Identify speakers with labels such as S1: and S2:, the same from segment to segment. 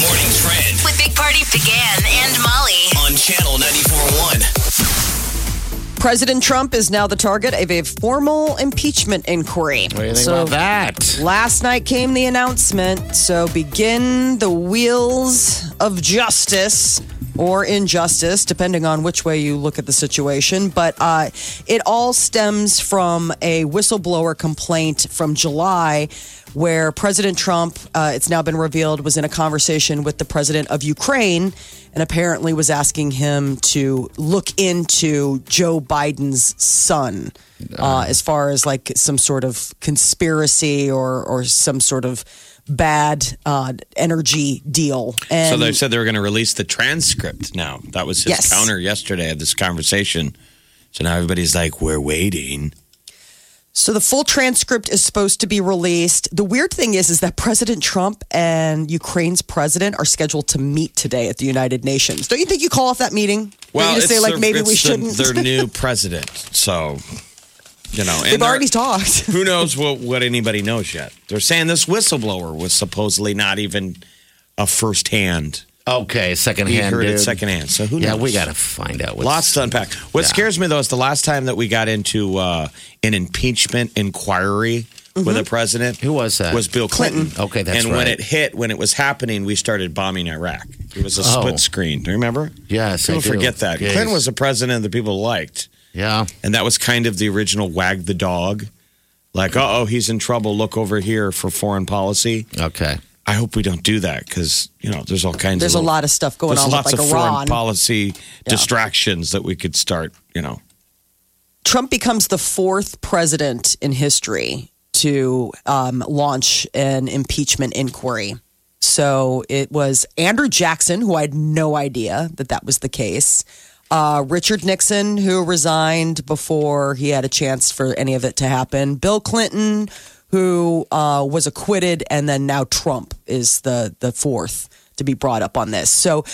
S1: morning trend
S2: With Big Party began and Molly.
S1: on channel 94.1.
S3: President Trump is now the target of a formal impeachment inquiry.
S4: What do you think
S3: so
S4: about that?
S3: last night came the announcement. So begin the wheels of justice or injustice, depending on which way you look at the situation. But uh, it all stems from a whistleblower complaint from July. Where President Trump, uh, it's now been revealed, was in a conversation with the president of Ukraine and apparently was asking him to look into Joe Biden's son
S4: Uh-huh.
S3: uh, as far as like some sort of conspiracy or or some sort of bad uh, energy deal. And
S4: So they said they were going to release the transcript now. That was his
S3: Yes.
S4: counter yesterday of this conversation. So now everybody's like, we're waiting.
S3: So the full transcript is supposed to be released. The weird thing is, is that President Trump and Ukraine's president are scheduled to meet today at the United Nations. Don't you think you call off that meeting? Don't you just say
S4: it's
S3: like
S4: their-
S3: maybe we
S4: it's the-
S3: shouldn't.
S4: their new president. So, you know, and
S3: They've
S4: they're-
S3: already talked.
S4: Who knows what, what anybody knows yet? They're saying this whistleblower was supposedly not even a firsthand.
S5: Okay,
S4: He
S5: secondhand.
S4: heard
S5: dude.
S4: it secondhand. So who
S5: Yeah,
S4: knows?
S5: we got to find out. What's,
S4: Lots to unpack. What
S5: Yeah.
S4: scares me though is the last time that we got into uh, an impeachment inquiry with a president.
S5: Mm-hmm. Who was that?
S4: Was Bill Clinton.
S5: Okay, that's
S4: And when
S5: right.
S4: it hit, when it was happening, we started bombing Iraq. It was a
S5: Oh.
S4: split screen. Do you remember?
S5: Yes, I
S4: People
S5: do.
S4: forget that.
S5: Yes.
S4: Clinton was a president that people liked,
S5: Yeah.
S4: and that was kind of the original wag the dog. Like, uh oh, he's in trouble. Look over here for foreign policy.
S5: Okay.
S4: I hope we don't do that because you know there's all kinds.
S3: There's
S4: of
S3: a
S4: little-
S3: lot of stuff going
S4: there's
S3: on with
S4: lots
S3: like
S4: of
S3: Iran.
S4: foreign policy distractions that we could start. You know,
S3: Trump becomes the fourth president in history to um, launch an impeachment inquiry. So it was Andrew Jackson, who I had no idea that that was the case. Uh, Richard Nixon, who resigned before he had a chance for any of it to happen. Bill Clinton, who uh, was acquitted, and then now Trump is the the fourth to be brought up on this. So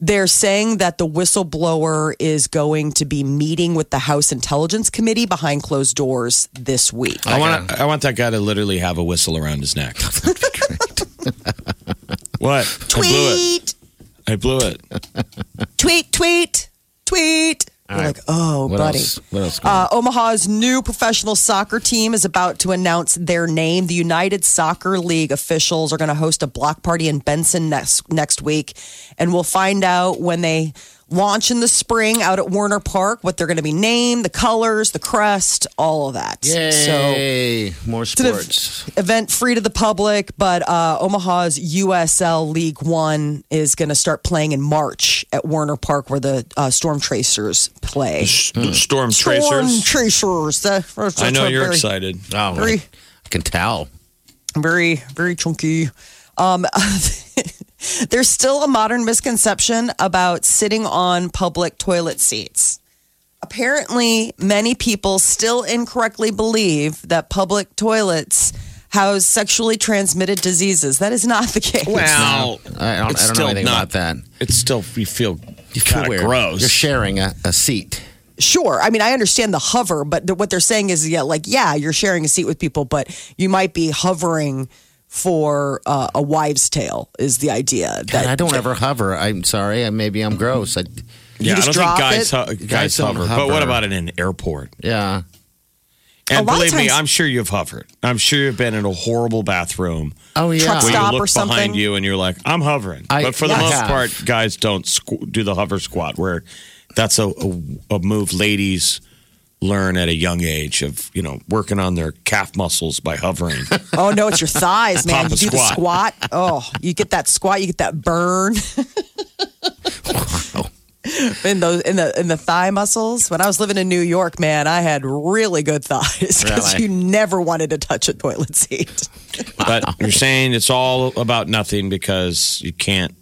S3: they're saying that the whistleblower is going to be meeting with the House Intelligence Committee behind closed doors this week.
S4: I want I want that guy to literally have a whistle around his neck. what?
S3: Tweet,
S4: I blew it. I blew it.
S3: tweet, tweet, tweet. You're like, oh,
S5: What
S3: buddy.
S5: else? What else?
S3: Uh, Omaha's new professional soccer team is about to announce their name. The United Soccer League officials are going to host a block party in Benson next next week, and we'll find out when they launch in the spring out at Warner Park what they're going to be named, the colors, the crest, all of that. So
S5: Yay! More
S3: an
S5: sports.
S3: event free to the public, but uh, Omaha's USL League One is going to start playing in March at Warner Park, where the uh, Storm Tracers play.
S5: Hmm.
S3: Storm
S4: Storm tracers.
S3: Tracers. Uh,
S4: I know you're
S3: very-
S4: excited.
S5: Oh,
S3: Three.
S5: I can tell.
S3: very very chunky um there's still a modern misconception about sitting on public toilet seats apparently many people still incorrectly believe that public toilets house sexually transmitted diseases that is not the case
S4: Well,
S5: I don't,
S4: it's
S5: I don't know
S4: still
S5: anything
S4: not-
S5: about that.
S4: It's still you feel
S5: You feel
S4: kinda
S5: weird.
S4: gross.
S5: You're sharing a, a seat.
S3: sure i mean i understand the hover but th- what they're saying is yeah like yeah you're sharing a seat with people but you might be hovering for uh, a wives tale is the idea
S5: God,
S3: that
S5: I don't ever hover. I'm sorry. I, maybe I'm gross. I,
S4: yeah, I
S3: just
S4: don't think
S3: drop
S4: guys
S3: it?
S4: hu- guys,
S5: Guys don't
S4: hover. But what
S5: hover.
S4: about in an airport?
S5: yeah.
S4: And
S3: lot of
S4: believe me,
S3: times-
S4: I'm sure you've hovered. I'm sure you've been in a horrible bathroom
S5: Oh yeah.
S3: Truck
S4: where
S3: stop
S4: you
S3: or
S4: look
S3: something.
S4: behind you and you're like, I'm hovering.
S5: I-
S4: but for the
S5: I
S4: most
S5: have.
S4: part, guys don't squ- do the hover squat, where that's a, a, a move ladies learn at a young age of, you know, working on their calf muscles by hovering.
S3: Oh no, it's your thighs, man.
S4: Pop
S3: You
S4: a
S3: do
S4: squat.
S3: the squat. Oh, you get that squat, you get that burn. In those in the in the thigh muscles. When I was living in New York, man, I had really good thighs because
S5: Really?
S3: you never wanted to touch a toilet seat.
S4: but you're saying it's all about nothing because you can't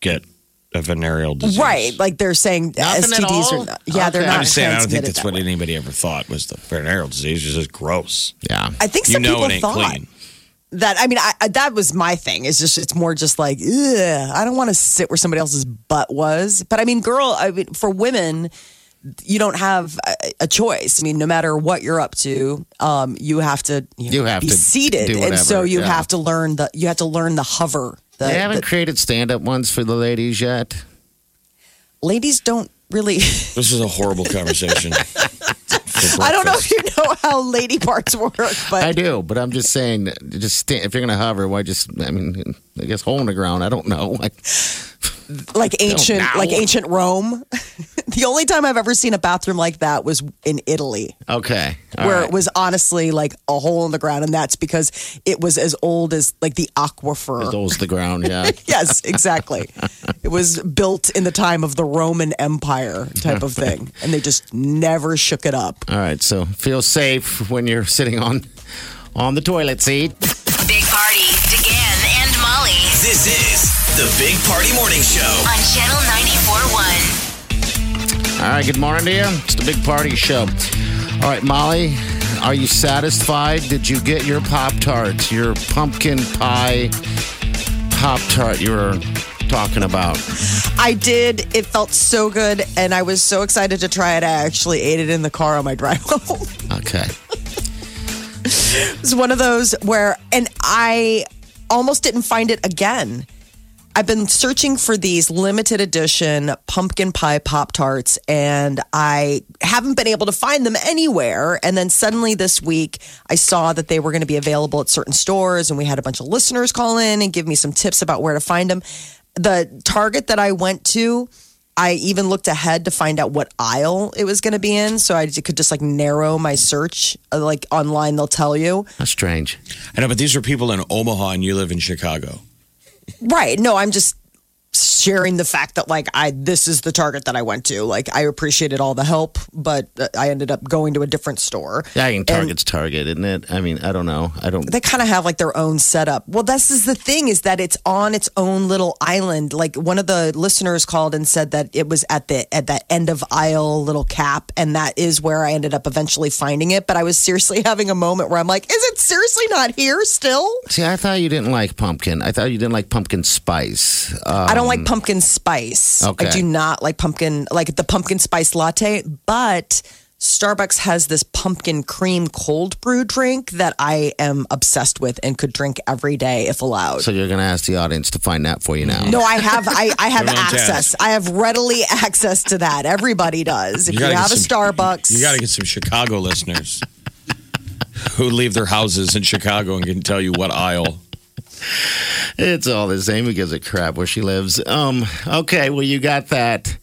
S4: get a venereal disease.
S3: Right, like they're saying
S5: Nothing at
S3: STDs
S5: all?
S3: are. Yeah, they're
S5: Okay.
S3: not.
S4: I'm just saying, I don't think
S3: transmitted
S4: that's
S3: that
S4: what
S3: way.
S4: anybody ever thought was the venereal disease. It's just gross.
S5: Yeah.
S3: I think
S4: you
S3: some
S4: know
S3: people
S4: it ain't
S3: thought
S4: clean.
S3: that. I mean, I, I, that was my thing. It's just it's more just like Ugh, I don't want to sit where somebody else's butt was. But I mean, girl, I mean, for women, you don't have a, a choice. I mean, no matter what you're up to, um, you have to
S5: You have
S3: be
S5: to
S3: seated,
S5: do
S3: and so
S5: whatever,
S3: you
S5: yeah.
S3: have to learn the you have to learn the hover. The,
S5: they haven't
S3: the-
S5: created stand up ones for the ladies yet.
S3: ladies don't really.
S4: This is a horrible conversation. For
S3: I don't know if
S4: breakfast.
S3: you know how lady parts work, but
S5: I do, but I'm just saying, just stand, if you're going to hover, why just, I mean, I guess hole in the ground. I don't know. Like,
S3: like ancient
S5: now.
S3: like ancient Rome. the only time I've ever seen a bathroom like that was in Italy,
S5: okay. all
S3: where
S5: right.
S3: it was honestly like a hole in the ground, and that's because it was as old as like the aquifer.
S5: As old as the ground, yeah.
S3: Yes, exactly. it was built in the time of the Roman Empire type of thing, and they just never shook it up.
S5: All right, so feel safe when you're sitting on on the toilet seat.
S2: Big Party, DeGan and Molly
S1: This is the Big Party Morning Show.
S2: on Channel 94.1.
S5: All right, good morning to you. It's the big party show. All right, Molly, are you satisfied? Did you get your Pop Tarts, your pumpkin pie Pop Tart you were talking about?
S3: I did. It felt so good, and I was so excited to try it. I actually ate it in the car on my drive home.
S5: Okay.
S3: It's one of those where, and I almost didn't find it again. I've been searching for these limited edition pumpkin pie Pop Tarts, and I haven't been able to find them anywhere. And then suddenly this week, I saw that they were going to be available at certain stores, and we had a bunch of listeners call in and give me some tips about where to find them. The Target that I went to, I even looked ahead to find out what aisle it was going to be in, so I could just like narrow my search. Uh, Like online, they'll tell you.
S5: That's strange.
S4: I know, but these are people in Omaha, and you live in Chicago.
S3: Right. No, I'm just sharing the fact that like I this is the target that I went to. Like I appreciated all the help, but uh, I ended up going to a different store.
S5: Yeah, I mean, Target's Target, isn't it? I mean, I don't know. I don't.
S3: They kind of have like their own setup. Well, this is the thing is that it's on its own little island. Like one of the listeners called and said that it was at the at that end of aisle little cap and that is where I ended up eventually finding it, but I was seriously having a moment where I'm like, is it seriously not here still?
S5: See, I thought you didn't like pumpkin. I thought you didn't like pumpkin spice. Uh,
S3: I don't
S4: Um,
S3: like pumpkin spice.
S5: Okay.
S3: I do not like pumpkin, like the pumpkin spice latte, but Starbucks has this pumpkin cream cold brew drink that I am obsessed with and could drink every day if allowed.
S5: so you're going to ask the audience to find that for you now.
S3: no, I have I, I have
S4: You're on
S3: access. I have readily access to that. Everybody does. If you,
S4: gotta
S3: have a
S4: get some-
S3: Starbucks,
S4: You got to get some Chicago listeners who leave their houses in Chicago and can tell you what aisle.
S5: It's all the same. Who gives a crap where she lives? Um. Okay. Well, you got that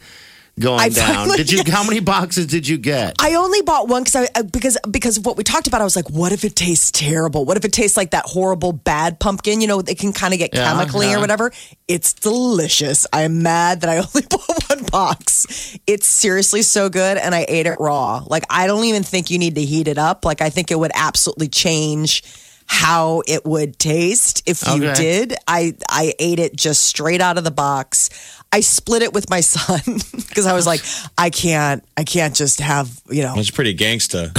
S5: going
S3: I
S5: down.
S3: finally-
S5: did you? How many boxes did you get?
S3: I only bought one because I I- because because of what we talked about. I was like, what if it tastes terrible? What if it tastes like that horrible bad pumpkin? You know, it can kind of get
S5: Yeah,
S3: chemically or
S5: yeah.
S3: whatever. It's delicious. I'm mad that I only bought one box. It's seriously so good, and I ate it raw. Like I don't even think you need to heat it up. Like I think it would absolutely change how it would taste if you
S5: Okay.
S3: did. I I ate it just straight out of the box. I split it with my son because I was like, I can't, I can't just have you know
S4: That's pretty gangsta.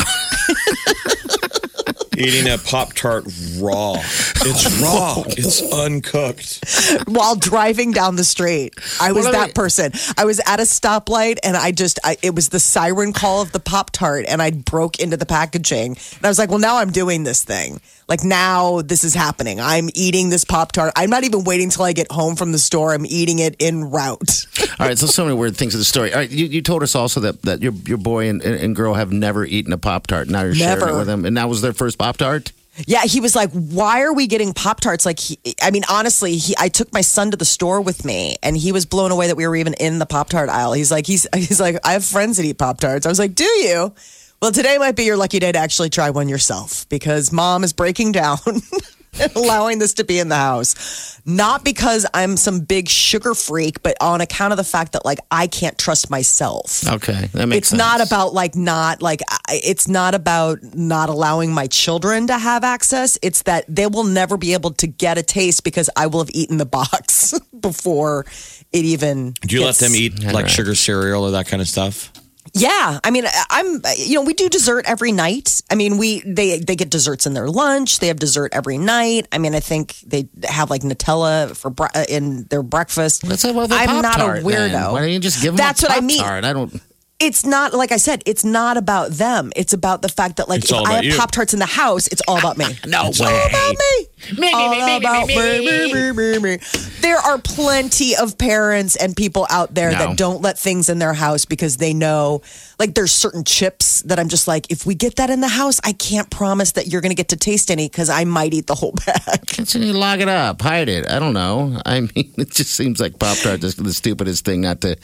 S4: Eating a Pop Tart raw. It's raw. It's uncooked.
S3: while driving down the street. I was
S5: Well, I
S3: that
S5: mean-
S3: person. I was at a stoplight and I just, I, it was the siren call of the Pop Tart and I broke into the packaging. And I was like, well, now I'm doing this thing. Like now this is happening. I'm eating this Pop Tart. I'm not even waiting till I get home from the store. I'm eating it en route.
S5: All right. So so many weird things in the story. All right. You, you told us also that, that your your boy and, and girl have never eaten a pop tart. Now you're sharing
S3: Never.
S5: it with them, and that was their first pop tart.
S3: Yeah, he was like, "Why are we getting Pop Tarts?" Like, he, I mean, honestly, he, I took my son to the store with me, and he was blown away that we were even in the Pop Tart aisle. He's like, he's he's like, I have friends that eat Pop Tarts. I was like, Do you? Well, today might be your lucky day to actually try one yourself because mom is breaking down. and Allowing this to be in the house. Not because I'm some big sugar freak, but on account of the fact that, like, I can't trust myself
S5: Okay, that makes.
S3: it's
S5: sense.
S3: not about like not like I- it's not about not allowing my children to have access it's that they will never be able to get a taste because i will have eaten the box before it even.
S4: Do you
S3: gets-
S4: let them eat like
S5: Alright.
S4: sugar cereal or that kind of stuff?
S3: Yeah, I mean, I- I'm you know we do dessert every night. I mean, we they they get desserts in their lunch. They have dessert every night. I mean, I think they have like Nutella for bre- uh, in their breakfast.
S5: Let's have a little
S3: I'm not a
S5: Pop-Tart
S3: weirdo.
S5: then. Why don't you just give them
S3: That's
S5: a
S3: what I
S5: Pop-Tart?
S3: mean.
S5: I don't.
S3: It's not like I said. It's not about them. It's about the fact that like
S4: It's
S3: if
S4: all
S3: I have
S4: about you.
S3: Pop Tarts in the house, it's all about me.
S5: No
S3: it's
S5: way.
S3: all about me. all about me, me, me, me, me. There are plenty of parents and people out there
S5: No.
S3: that don't let things in their house because they know, like, there's certain chips that I'm just like, if we get that in the house, I can't promise that you're going to get to taste any because I might eat the whole bag.
S5: Continue to lock it up, hide it. I don't know. I mean, it just seems like Pop Tart is the stupidest thing not to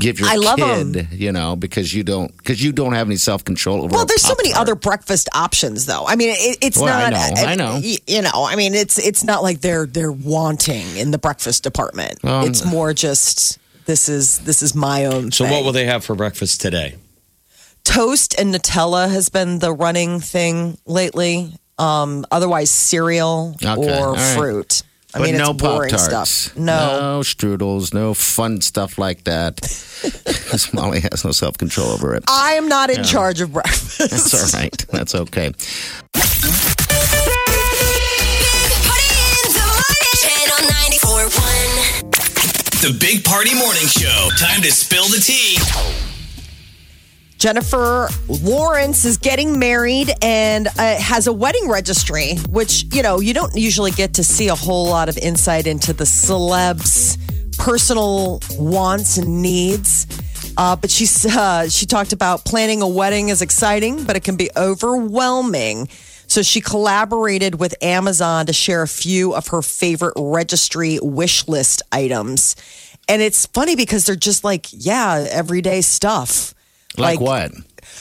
S5: give your
S3: I love
S5: kid,
S3: 'em.
S5: you know, because you don't because you don't have any self control over.
S3: Well,
S5: a
S3: there's so many
S5: Pop-Tart.
S3: other breakfast options, though. I mean, it, it's
S5: Well, I
S3: not. uh,
S5: know, I know.
S3: y- You know, I mean, it's it's not like they're they're wanting in the breakfast department.
S5: Um,
S3: it's more just this is this is my own.
S4: So
S3: thing.
S4: what will they have for breakfast today?
S3: toast and Nutella has been the running thing lately. Um, otherwise, cereal
S5: Okay, all
S3: or
S5: right.
S3: fruit. I
S5: but
S3: mean,
S5: no
S3: it's boring
S5: Pop-Tarts.
S3: stuff. No.
S5: no strudels, no fun stuff like that. 'Cause Molly has no self control over it.
S3: I am not in charge of breakfast.
S5: That's all right. That's okay.
S2: Big Party in the morning. Channel 94.1.
S1: The Big Party Morning Show. Time to spill the tea.
S3: Jennifer Lawrence is getting married and uh, has a wedding registry, which, you know, you don't usually get to see a whole lot of insight into the celebs' personal wants and needs. Uh, but she, uh, she talked about planning a wedding is exciting, but it can be overwhelming. So she collaborated with Amazon to share a few of her favorite registry wish list items. And it's funny because they're just like, yeah, everyday stuff.
S5: Like, what?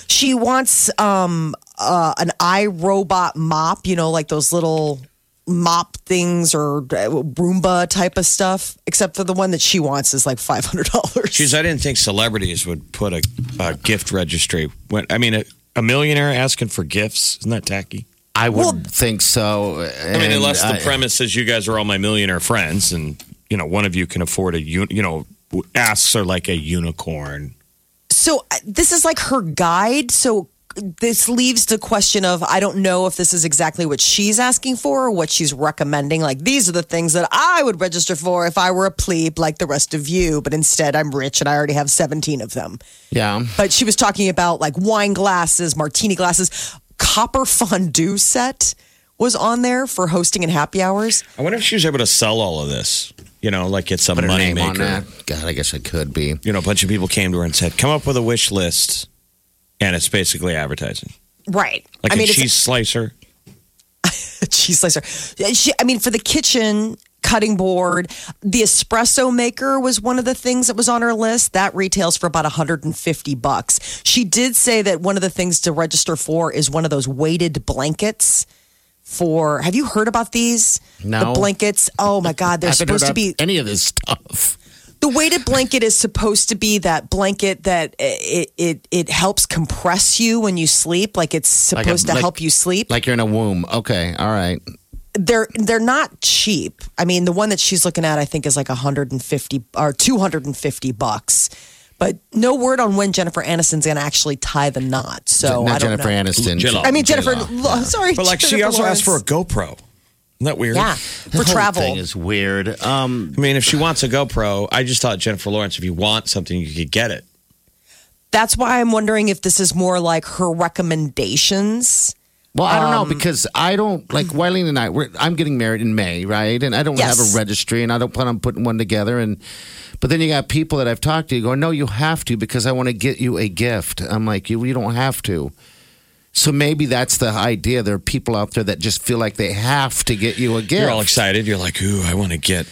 S3: She wants um uh an iRobot mop, you know, like those little mop things or uh, Roomba type of stuff. Except for the one that she wants is like five hundred dollars.
S4: Jeez, I didn't think celebrities would put a, a gift registry. When I mean, a, a millionaire asking for gifts isn't that tacky?
S5: I would
S3: Well-
S5: think so.
S4: I mean, unless the
S5: I-
S4: premise is you guys are all my millionaire friends, and you know one of you can afford a un- you know asks are like a unicorn.
S3: So uh, this is like her guide. So this leaves the question of I don't know if this is exactly what she's asking for or what she's recommending. Like these are the things that I would register for if I were a plebe like the rest of you, but instead I'm rich and I already have 17 of them.
S5: yeah.
S3: But she was talking about like wine glasses, martini glasses, copper fondue set was on there for hosting and happy hours.
S4: I wonder if she was able to sell all of this. You know, like it's a
S5: Put a
S4: money
S5: name on
S4: maker.
S5: that. God, I guess I could be.
S4: You know, a bunch of people came to her and said, "Come up with a wish list," and it's basically advertising,
S3: Right.
S4: like
S3: I mean,
S4: a
S3: it's
S4: cheese slicer.
S3: cheese slicer. Yeah, she- I mean, for the kitchen cutting board, the espresso maker was one of the things that was on her list. That retails for about 150 bucks. She did say that one of the things to register for is one of those weighted blankets. For have you heard about these?
S5: No.
S3: The blankets. Oh my God, they're
S5: I haven't heard
S3: supposed to
S5: about
S3: be
S5: any of this stuff.
S3: The weighted blanket is supposed to be that blanket that it it it helps compress you when you sleep, like it's
S5: Like
S3: supposed
S5: a-
S3: to
S5: like-
S3: help you sleep.
S5: Like you're in a womb. Okay. All right.
S3: they're they're not cheap. I mean, the one that she's looking at, I think, is like 150 or 250 bucks. But no word on when Jennifer Aniston's going to actually tie the knot. So
S5: Not
S3: I don't
S5: Jennifer
S3: know.
S5: Aniston.
S4: J-Lo.
S3: I mean, Jennifer.
S5: J-Lo.
S3: Lo- Sorry,
S4: But like, she
S3: Jennifer
S4: also asked for a
S3: Lawrence.
S4: GoPro. Isn't that weird?
S3: yeah
S5: This
S3: for
S5: whole
S3: travel.
S5: thing is weird. Um,
S4: I mean, if she wants a GoPro, I just thought Jennifer Lawrence, if you want something, you could get it.
S3: That's why I'm wondering if this is more like her recommendations.
S5: well, I don't know because I don't like Wileen and I. We're, I'm getting married in May, right? And I don't
S3: Yes.
S5: have a registry, and I don't plan on putting one together. And but then you got people that I've talked to going, "No, you have to because I want to get you a gift." I'm like, "You, you don't have to." So maybe that's the idea. There are people out there that just feel like they have to get you a gift.
S4: You're all excited. You're like, ooh, I want to get.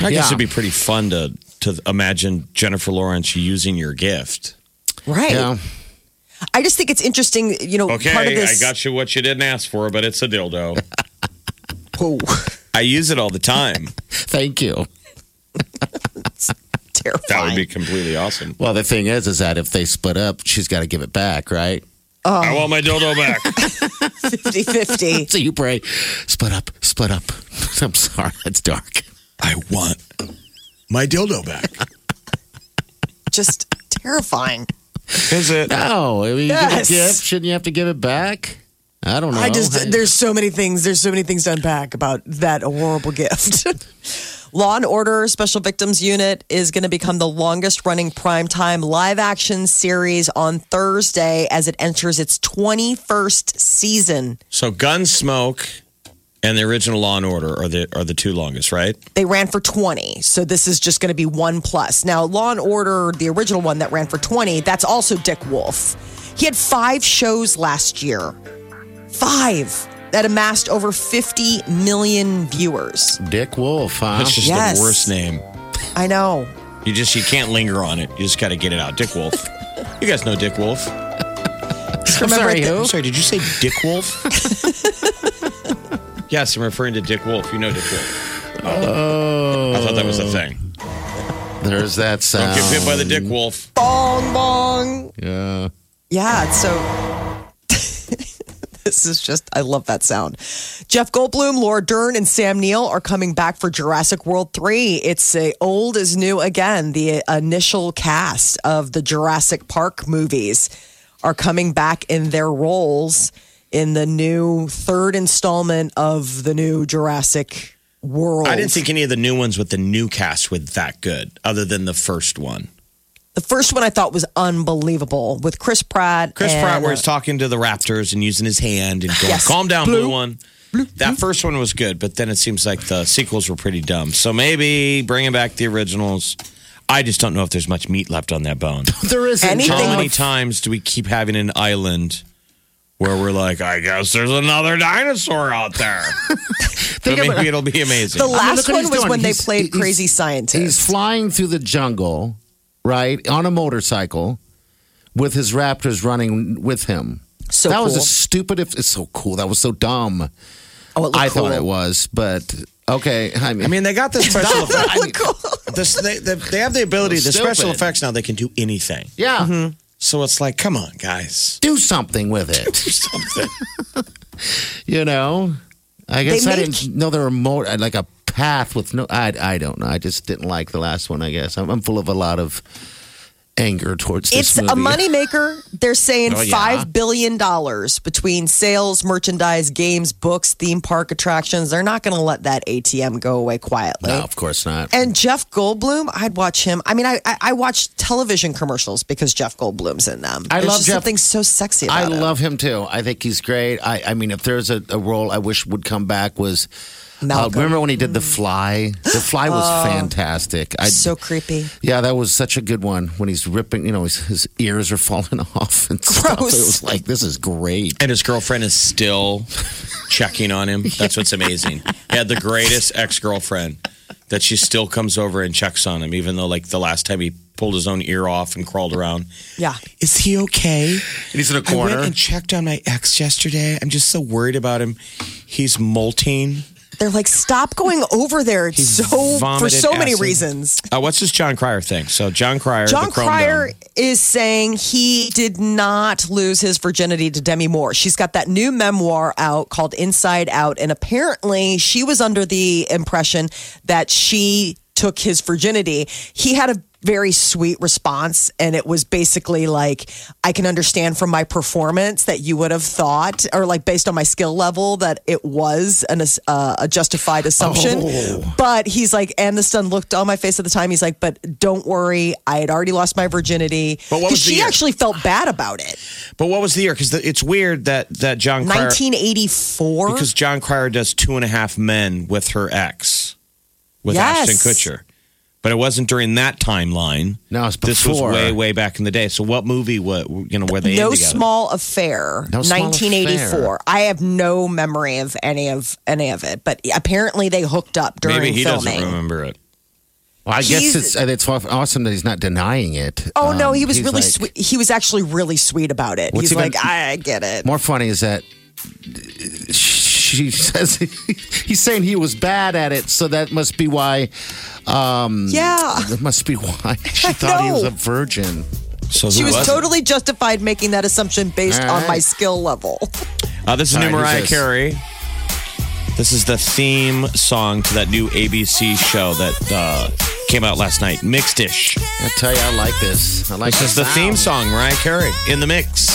S4: I
S5: Yeah.
S4: guess it'd be pretty fun to to imagine Jennifer Lawrence using your gift.
S3: Right.
S5: Yeah.
S3: I just think it's interesting. You know, part of
S4: Okay, I
S3: this.
S4: got you what you didn't ask for, but it's a dildo.
S3: Oh,
S4: I use it all the time.
S5: Thank you.
S3: terrifying.
S4: That would be completely awesome.
S5: Well, the thing is, is that if they split up, she's got to give it back, right?
S4: I want my dildo back.
S3: 50 50.
S5: So you pray, split up, split up. I'm sorry, that's dark.
S4: I want my dildo back.
S3: Just terrifying.
S4: Is it?
S5: No, Oh, I mean,
S3: Yes.
S5: you get a gift, shouldn't you have to give it back? I don't know.
S3: I just there's so many things. There's so many things to unpack about that horrible gift. Law and Order Special Victims Unit is going to become the longest running primetime live action series on Thursday as it enters its 21st season.
S4: So Gunsmoke and the original Law and Order are the are the two longest, right?
S3: They ran for 20, so this is just going to be one plus. Now, Law and Order, the original one that ran for 20, that's also Dick Wolf. He had five shows last year, five that amassed over 50 million viewers.
S5: Dick Wolf, huh?
S4: That's just
S3: Uh, Yes.
S4: the worst name.
S3: I know.
S4: You just you can't linger on it. You just got to get it out. Dick Wolf. you guys know Dick Wolf.
S5: I'm
S3: at the-
S5: sorry, who?
S4: I'm sorry, did you say Dick Wolf? yes, I'm referring to Dick Wolf. You know Dick Wolf.
S5: Oh,
S4: I thought that was the thing.
S5: there's that sound.
S4: Don't get bit by the Um, Dick Wolf.
S3: Bong bong.
S5: Yeah.
S3: Yeah, it's so this is just I love that sound. Jeff Goldblum, Laura Dern, and Sam Neill are coming back for Jurassic World Three. It's a old is new again. The initial cast of the Jurassic Park movies are coming back in their roles in the new third installment of the new Jurassic World.
S4: I didn't think any of the new ones with the new cast were that good, other than the first one.
S3: the first one I thought was unbelievable with Chris Pratt.
S4: Chris
S3: and, uh,
S4: Pratt, where he's talking to the Raptors and using his hand and going,
S3: Yes.
S4: calm down, blue, one. that first one was good, but then it seems like the sequels were pretty dumb. So maybe bringing back the originals. I just don't know if there's much meat left on that bone.
S5: There isn't.
S3: Anything
S4: How many
S3: with-
S4: times do we keep having an island where we're like, I guess there's another dinosaur out there? but maybe it'll be amazing.
S3: The
S5: mean,
S3: last
S5: look what
S3: one
S5: he's
S3: was
S5: doing.
S3: when they
S5: He's-
S3: played
S5: he's-
S3: Crazy Scientist.
S5: He's flying through the jungle, right, on a motorcycle with his raptors running with him.
S3: So
S5: that was the
S3: cool.
S5: stupidest. It's so cool. That was so dumb.
S3: Oh, it looked
S5: I
S3: cool.
S5: thought it was, but okay. I mean,
S4: I mean, they got this special effects.
S5: I mean,
S4: This, they, they, they have the ability, the special
S5: Stupid.
S4: effects now, they can do anything.
S5: yeah,
S4: So it's like, come on, guys.
S5: do something with it.
S4: Something.
S5: You know, I guess
S3: They
S5: I
S3: make-
S5: didn't know there were more uh, like a path with no. I I don't know. I just didn't like the last one. I guess I'm, I'm full of a lot of anger towards this
S3: It's
S5: movie.
S3: a moneymaker. They're saying
S5: Oh, yeah.
S3: $5 billion dollars between sales, merchandise, games, books, theme park attractions. They're not going to let that ATM go away quietly.
S5: No, of course not.
S3: And Jeff Goldblum, I'd watch him. I mean, I, I, I watch television commercials because Jeff Goldblum's in them.
S5: I
S3: There's
S5: love
S3: just
S5: Jeff.
S3: something so sexy
S5: I
S3: about him.
S5: love him too. I think he's great. I, I mean, if there's a, a role I wish would come back was. Uh,
S3: Malcolm. Uh,
S5: remember when he did The Fly? The Fly was fantastic. I,
S3: so creepy.
S5: yeah, that was such a good one. When he's ripping, you know, his, his ears are falling off and stuff. It
S3: Gross.
S5: was like this is great.
S4: And his girlfriend is still checking on him. That's what's amazing. He had the greatest ex girlfriend that she still comes over and checks on him, even though, like, the last time he pulled his own ear off and crawled around.
S3: Yeah.
S4: Is he okay?
S5: He's in a
S4: I went and checked on my ex yesterday. I'm just so worried about him. He's molting.
S3: They're like, stop going over there. It's so, for
S4: vomited
S3: so many
S4: acid.
S3: reasons.
S4: Uh, what's this John Cryer thing? So John Cryer,
S3: John
S4: the Chrome
S3: Cryer
S4: Dome.
S3: is saying he did not lose his virginity to Demi Moore. She's got that new memoir out called Inside Out, and apparently she was under the impression that she took his virginity. He had a very sweet response, and it was basically like, I can understand from my performance that you would have thought, or like based on my skill level, that it was an, uh, a justified assumption.
S4: Oh.
S3: But he's like, and the sun looked on my face at the time. He's like, but don't worry, I had already lost my virginity.
S4: But
S3: 'Cause
S4: what was the uh,
S3: she
S4: year?
S3: actually felt bad about it.
S4: But what was the year? Because it's weird that that John Cryer
S3: 1984.
S4: because John Cryer does Two and a Half Men with her ex, with
S3: Yes.
S4: Ashton Kutcher. But it wasn't during that timeline.
S5: No, it's
S4: this was
S5: before.
S4: way way back in the day. So what movie? What you know where they
S3: no
S4: end together?
S3: small affair.
S5: No Small
S3: 1984. I have no memory of any of any of it, but apparently they hooked up during
S4: Maybe he
S3: filming.
S4: doesn't remember it.
S5: Well, I guess
S3: He's-
S5: it's it's awesome that he's not denying it.
S3: Oh no,
S5: Um,
S3: he was
S5: he's
S3: really
S5: like-
S3: sweet. He was actually really sweet about it.
S5: What's
S3: He's
S5: even-
S3: like, I, I get it.
S5: More funny is that she says he's saying he was bad at it, so that must be why. Um,
S3: Yeah.
S5: that must be why she
S3: Ah. I
S5: thought he was
S3: know.
S5: a virgin.
S4: So
S3: She
S4: who
S3: was
S4: it?
S3: totally justified making that assumption based
S5: All
S3: on my
S5: right.
S3: skill level.
S4: Uh, this is
S5: All
S4: new
S5: right,
S4: Mariah
S5: who's this?
S4: Carey. This is the theme song to that new ABC show that uh, came out last night. Mixed Dish.
S5: I tell you, I like this. I like
S4: This is the
S5: sound.
S4: theme song, Mariah Carey, in the mix.